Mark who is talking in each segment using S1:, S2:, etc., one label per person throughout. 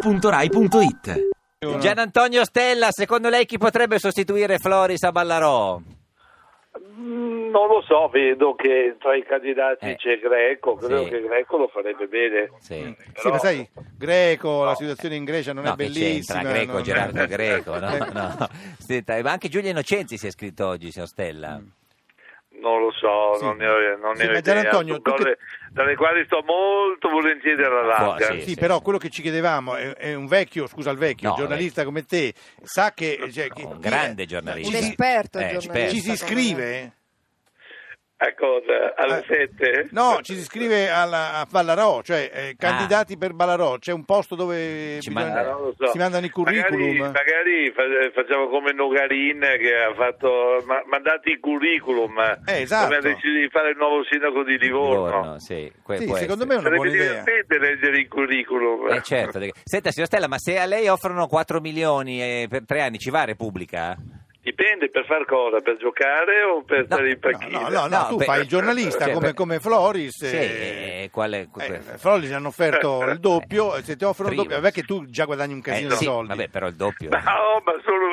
S1: radio2pod.rai.it
S2: Gian Antonio Stella, secondo lei chi potrebbe sostituire Floris a Ballarò?
S3: Mm, Non lo so, vedo che tra i candidati
S2: Eh.
S3: c'è Greco, credo
S2: Sì.
S3: che Greco lo farebbe bene.
S2: Sì.
S4: Sì,
S3: Eh, Però-
S4: ma sai, greco, la situazione in Grecia non
S2: Mm. no,
S4: è
S2: che
S4: bellissima.
S2: c'entra Greco,
S4: non-
S2: Gerardo Greco, no?
S4: Eh,
S2: no. Senta, ma anche Giulia Innocenzi si è scritto oggi, signor
S4: Mm.
S2: Stella.
S3: Non lo so,
S4: Sì.
S3: non ne ho, non
S4: Sì,
S3: ne ho
S4: ma
S3: idea.
S4: Gianantonio,
S3: Sono
S4: tu che-
S3: cose dalle quali sto molto volentieri alla larga.
S2: Può- sì,
S4: Sì, però quello che ci chiedevamo è, è un vecchio, scusa il vecchio,
S2: No,
S4: giornalista come te, sa che... cioè, che-
S2: Un
S4: chi è-
S2: grande giornalista.
S4: Ci si-
S5: Un esperto
S2: Eh,
S5: giornalista.
S4: Ci si iscrive?
S3: Ecco, da- alle
S4: Eh,
S3: sette?
S4: No, ci si iscrive alla- a Ballarò, cioè eh, candidati per Ballarò, c'è un posto dove
S2: Ah. Ci
S4: bisogna-
S3: Ah, non lo so.
S4: si mandano i curriculum.
S3: Magari, magari fa- facciamo come Nogarin che ha fatto ma- mandati i curriculum
S4: Eh, esatto.
S3: come ha deciso di fare il nuovo sindaco di Livorno.
S2: Livorno, sì, que-
S4: Sì,
S2: può
S4: secondo
S2: essere.
S4: me è una
S3: Sarebbe
S4: buona idea.
S3: divertente leggere i curriculum.
S2: Eh, certo. perché- Senta, signor Stella, ma se a lei offrono 4 milioni eh, per tre anni, ci va Repubblica?
S3: Dipende per far cosa, per giocare o per stare in panchina?
S4: No, no, no,
S2: No,
S4: eh, tu
S2: beh,
S4: fai il giornalista
S2: cioè,
S4: come,
S2: beh,
S4: come Floris.
S2: sì,
S4: eh,
S2: eh, quale- eh,
S4: eh, Floris hanno offerto il doppio, e se ti offrono il
S2: primo.
S4: doppio, vabbè che tu già guadagni un casino
S2: Eh,
S4: di
S2: sì,
S4: soldi.
S2: Vabbè, però il doppio.
S3: Ma, oh, ma sono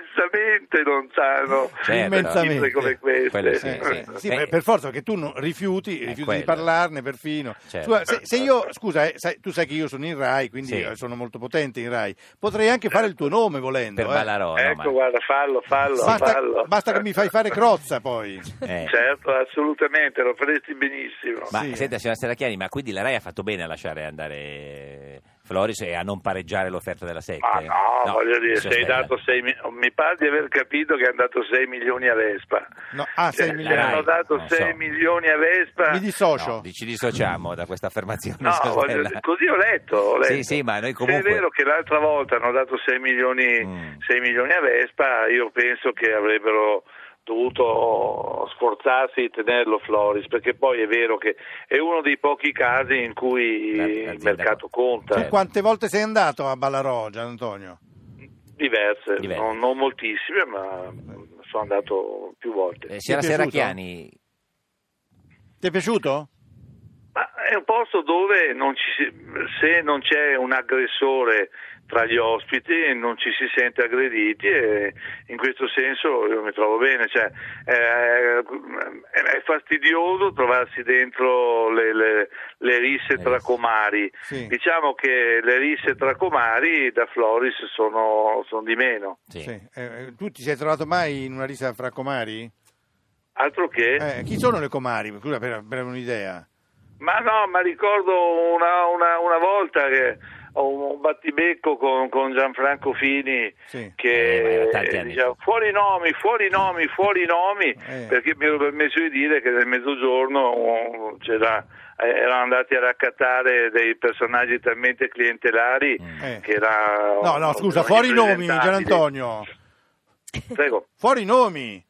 S3: immensamente lontano
S2: Certo.
S3: da cifre
S4: Immensamente.
S3: come queste.
S2: Quello sì,
S4: Eh,
S2: sì.
S4: sì,
S2: Eh.
S4: per, per forza che tu non- rifiuti, rifiuti
S2: quello.
S4: di parlarne perfino.
S2: Certo.
S4: Scusa, se, se io, scusa, eh, sai- tu sai che io sono in Rai, quindi
S2: Sì.
S4: eh, sono molto potente in Rai. Potrei anche fare il tuo nome volendo.
S2: Per
S4: eh.
S2: Ballarò, no,
S3: ecco,
S2: ma-
S3: guarda, fallo, fallo,
S4: Basta,
S3: fallo.
S4: basta che mi fai fare crozza poi.
S2: eh.
S3: Certo, assolutamente, lo faresti benissimo.
S2: Ma
S4: Sì. eh.
S2: senta, signora Serracchiani, ma quindi la Rai ha fatto bene a lasciare andare eh, Floris e a non pareggiare l'offerta della Sette?
S3: Ma no, voglio dire,
S2: signora
S3: sei
S2: Stella.
S3: dato sei mi... mi pare di aver capito che hanno dato 6 milioni a Vespa.
S4: No, ah, sei
S3: Cioè,
S2: milioni.
S3: gli hanno
S2: Dai,
S3: dato
S2: non
S3: 6
S2: so.
S3: milioni a Vespa.
S4: Mi dissocio.
S2: No, di- ci dissociamo da questa affermazione.
S3: No,
S2: signora
S3: voglio-
S2: Stella.
S3: così ho letto, ho
S2: Sì,
S3: letto.
S2: sì, ma noi
S3: Se
S2: comunque-
S3: è vero che l'altra volta hanno dato 6 milioni,
S2: Mm.
S3: 6 milioni a Vespa, io penso che avrebbero dovuto sforzarsi di tenerlo Floris, perché poi è vero che è uno dei pochi casi in cui
S2: La-
S3: il
S2: l'azienda-
S3: mercato conta.
S2: Certo.
S4: Quante volte sei andato a Ballarò, Gian Antonio?
S3: Diverse,
S2: Diverse.
S3: Non, non moltissime, ma sono andato più volte.
S2: Eh, signora
S4: Ti è piaciuto?
S2: Serracchiani,
S4: Ti è piaciuto?
S3: Ma è un posto dove non ci si- se non c'è un aggressore tra gli ospiti non ci si sente aggrediti e in questo senso io mi trovo bene, cioè, eh, è, è fastidioso trovarsi dentro le, le- le risse
S2: Le
S3: tra
S2: risse.
S3: comari,
S4: Eh, Sì.
S3: diciamo che le risse tra comari da Floris sono, sono di meno,
S2: sì.
S4: Sì. Eh, tu ti sei trovato mai in una risa fra comari?
S3: altro che...
S4: Eh, chi sono le comari? Scusa, per, per un'idea.
S3: Ma no, ma ricordo una, una- una volta che ho un, un battibecco con, con Gianfranco Fini
S4: Sì.
S2: Eh, ma
S3: che
S2: era tanti anni
S3: diceva fuori nomi, fuori nomi, fuori nomi,
S4: Eh.
S3: perché mi ero permesso di dire che nel mezzogiorno oh, c'era- eh, erano andati a raccattare dei personaggi talmente clientelari
S2: Mm.
S4: Eh.
S3: che era...
S4: No, no, scusa, fuori i nomi, Gian Antonio.
S3: Cioè.
S4: Mm.
S3: Prego.
S4: Fuori i nomi.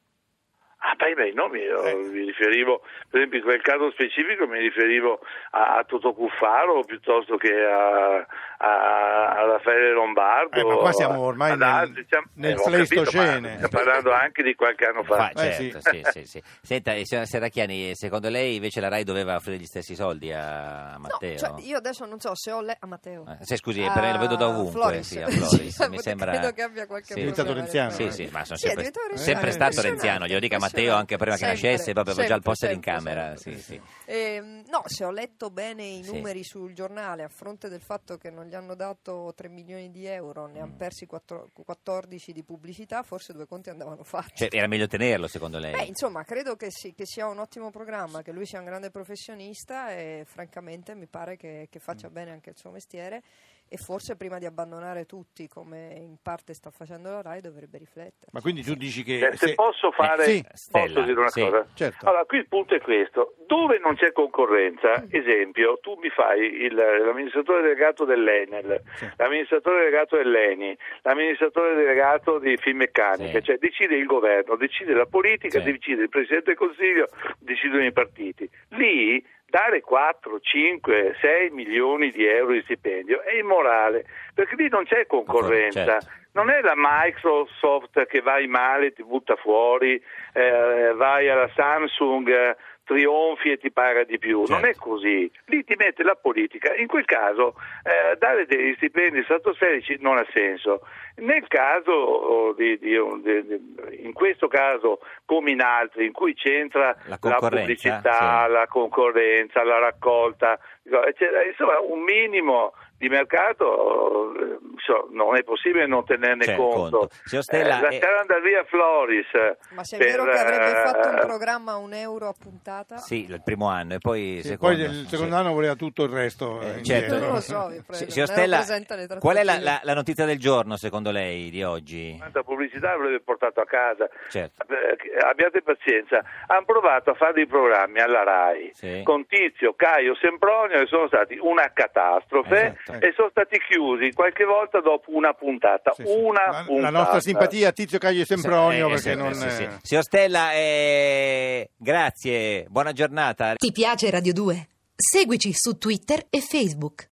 S3: Ah, beh, beh, no, mi, io
S4: Eh.
S3: mi riferivo, per esempio in quel caso specifico mi riferivo a, a Toto Cuffaro piuttosto che a, a- a Raffaele Lombardo.
S4: Eh, ma qua siamo
S3: a-
S4: ormai
S3: ad
S4: nel-
S3: altri, siamo- eh,
S4: nel
S3: ho capito,
S4: Pleistocene.
S3: ma Stiamo parlando anche di qualche anno fa.
S2: Fa-
S4: Eh,
S2: certo,
S4: sì.
S2: sì, sì, sì. Senta, eh, signora Serracchiani, eh, secondo lei invece la Rai doveva offrire gli stessi soldi a a
S5: No,
S2: Matteo?
S5: cioè, io adesso non so se ho le... a Matteo.
S2: Eh, sì, scusi,
S5: A
S2: però lo vedo da ovunque,
S5: Ecco. Ah, Floris.
S2: sì, a Floris,
S5: Sì,
S2: mi sembra-
S5: Credo che abbia
S2: Sì.
S5: qualche problema,
S4: Diventato
S5: nel
S4: renziano.
S2: Sì,
S5: frattempo.
S2: sì, ma sono
S5: Sì, è
S2: sempre,
S5: diventato renziano,
S2: sempre stato
S5: impressionante,
S2: renziano, glielo dica Matteo
S5: impressionante.
S2: anche prima che
S5: Sempre,
S2: nascesse, proprio avevo già il
S5: sempre,
S2: poster in
S5: sempre,
S2: camera.
S5: sempre.
S2: Sì, sì.
S5: Ehm, no, se ho letto bene i
S2: Sì.
S5: numeri sul giornale, a fronte del fatto che non gli hanno dato 3 milioni di euro, ne hanno
S2: Mm.
S5: persi quattro- 14 di pubblicità, forse due conti andavano fatti.
S2: Cioè, eh. era meglio tenerlo secondo lei?
S5: Beh, insomma, credo che, sì- che sia un ottimo programma, che lui sia un grande professionista e francamente mi pare che, che
S2: Mm.
S5: faccia bene anche il suo mestiere e forse prima di abbandonare tutti, come in parte sta facendo la RAI, dovrebbe riflettere.
S4: Ma quindi tu dici che...
S3: Eh, se, posso fare,
S4: Eh, sì.
S2: Stella,
S3: posso dire una
S2: sì,
S3: cosa?
S4: certo.
S3: Allora, qui il punto è questo: dove non c'è concorrenza,
S2: Mm.
S3: esempio, tu mi fai il- l'amministratore delegato dell'Enel,
S4: Sì.
S3: l'amministratore delegato dell'Eni, l'amministratore delegato di Finmeccanica,
S2: Sì.
S3: cioè decide il governo, decide la politica,
S2: Sì.
S3: decide il presidente del consiglio, decidono i partiti. Lì dare 4, 5, 6 milioni di euro di stipendio è immorale, perché lì non c'è concorrenza.
S2: Certo.
S3: Non è la Microsoft che vai male, ti butta fuori, eh, vai alla Samsung, eh, trionfi e ti paga di più. Non
S2: Certo.
S3: è così. Lì ti mette la politica. In quel caso eh, dare degli stipendi stratosferici non ha senso. Nel caso, oh, di- di un- di- di- in questo caso come in altri, in cui c'entra
S2: La concorrenza,
S3: pubblicità,
S2: sì.
S3: la concorrenza, la raccolta, eccetera, eh, insomma un minimo di mercato oh, eh, insomma, non è possibile non tenerne
S2: Cioè,
S3: conto.
S2: conto. Signor Stella,
S3: Eh, la
S2: eh,
S3: Stella andava via Floris. eh,
S5: Ma se è
S3: per,
S5: vero che avrebbe fatto un
S3: eh,
S5: programma a un euro a puntata,
S2: Sì, il primo anno e poi il
S4: Sì,
S2: secondo.
S4: poi il secondo
S2: sì.
S4: anno voleva tutto il resto.
S2: Eh,
S4: eh,
S2: certo.
S5: Non
S4: indietro.
S5: lo so, io prendo,
S2: Sì, signor
S5: non ero
S2: Stella,
S5: presente alle
S2: qual è la,
S5: trattative.
S2: la- la notizia del giorno secondo lei di oggi?
S3: Quanta pubblicità avrebbe portato a casa?
S2: Certo.
S3: Eh, Abbiate pazienza, hanno provato a fare dei programmi alla RAI
S2: Sì.
S3: con Tizio, Caio, Sempronio e sono stati una catastrofe
S2: Esatto.
S3: e sono stati chiusi qualche volta dopo una puntata.
S4: Sì, sì.
S3: una
S4: La- la,
S3: puntata.
S4: nostra simpatia a Tizio Caglio e Sempronio
S2: Eh,
S4: perché
S2: sì,
S4: non...
S2: sì, sì.
S4: eh,
S2: Signor Stella, eh, grazie, buona giornata.
S1: Ti piace Radio 2? Seguici su Twitter e Facebook.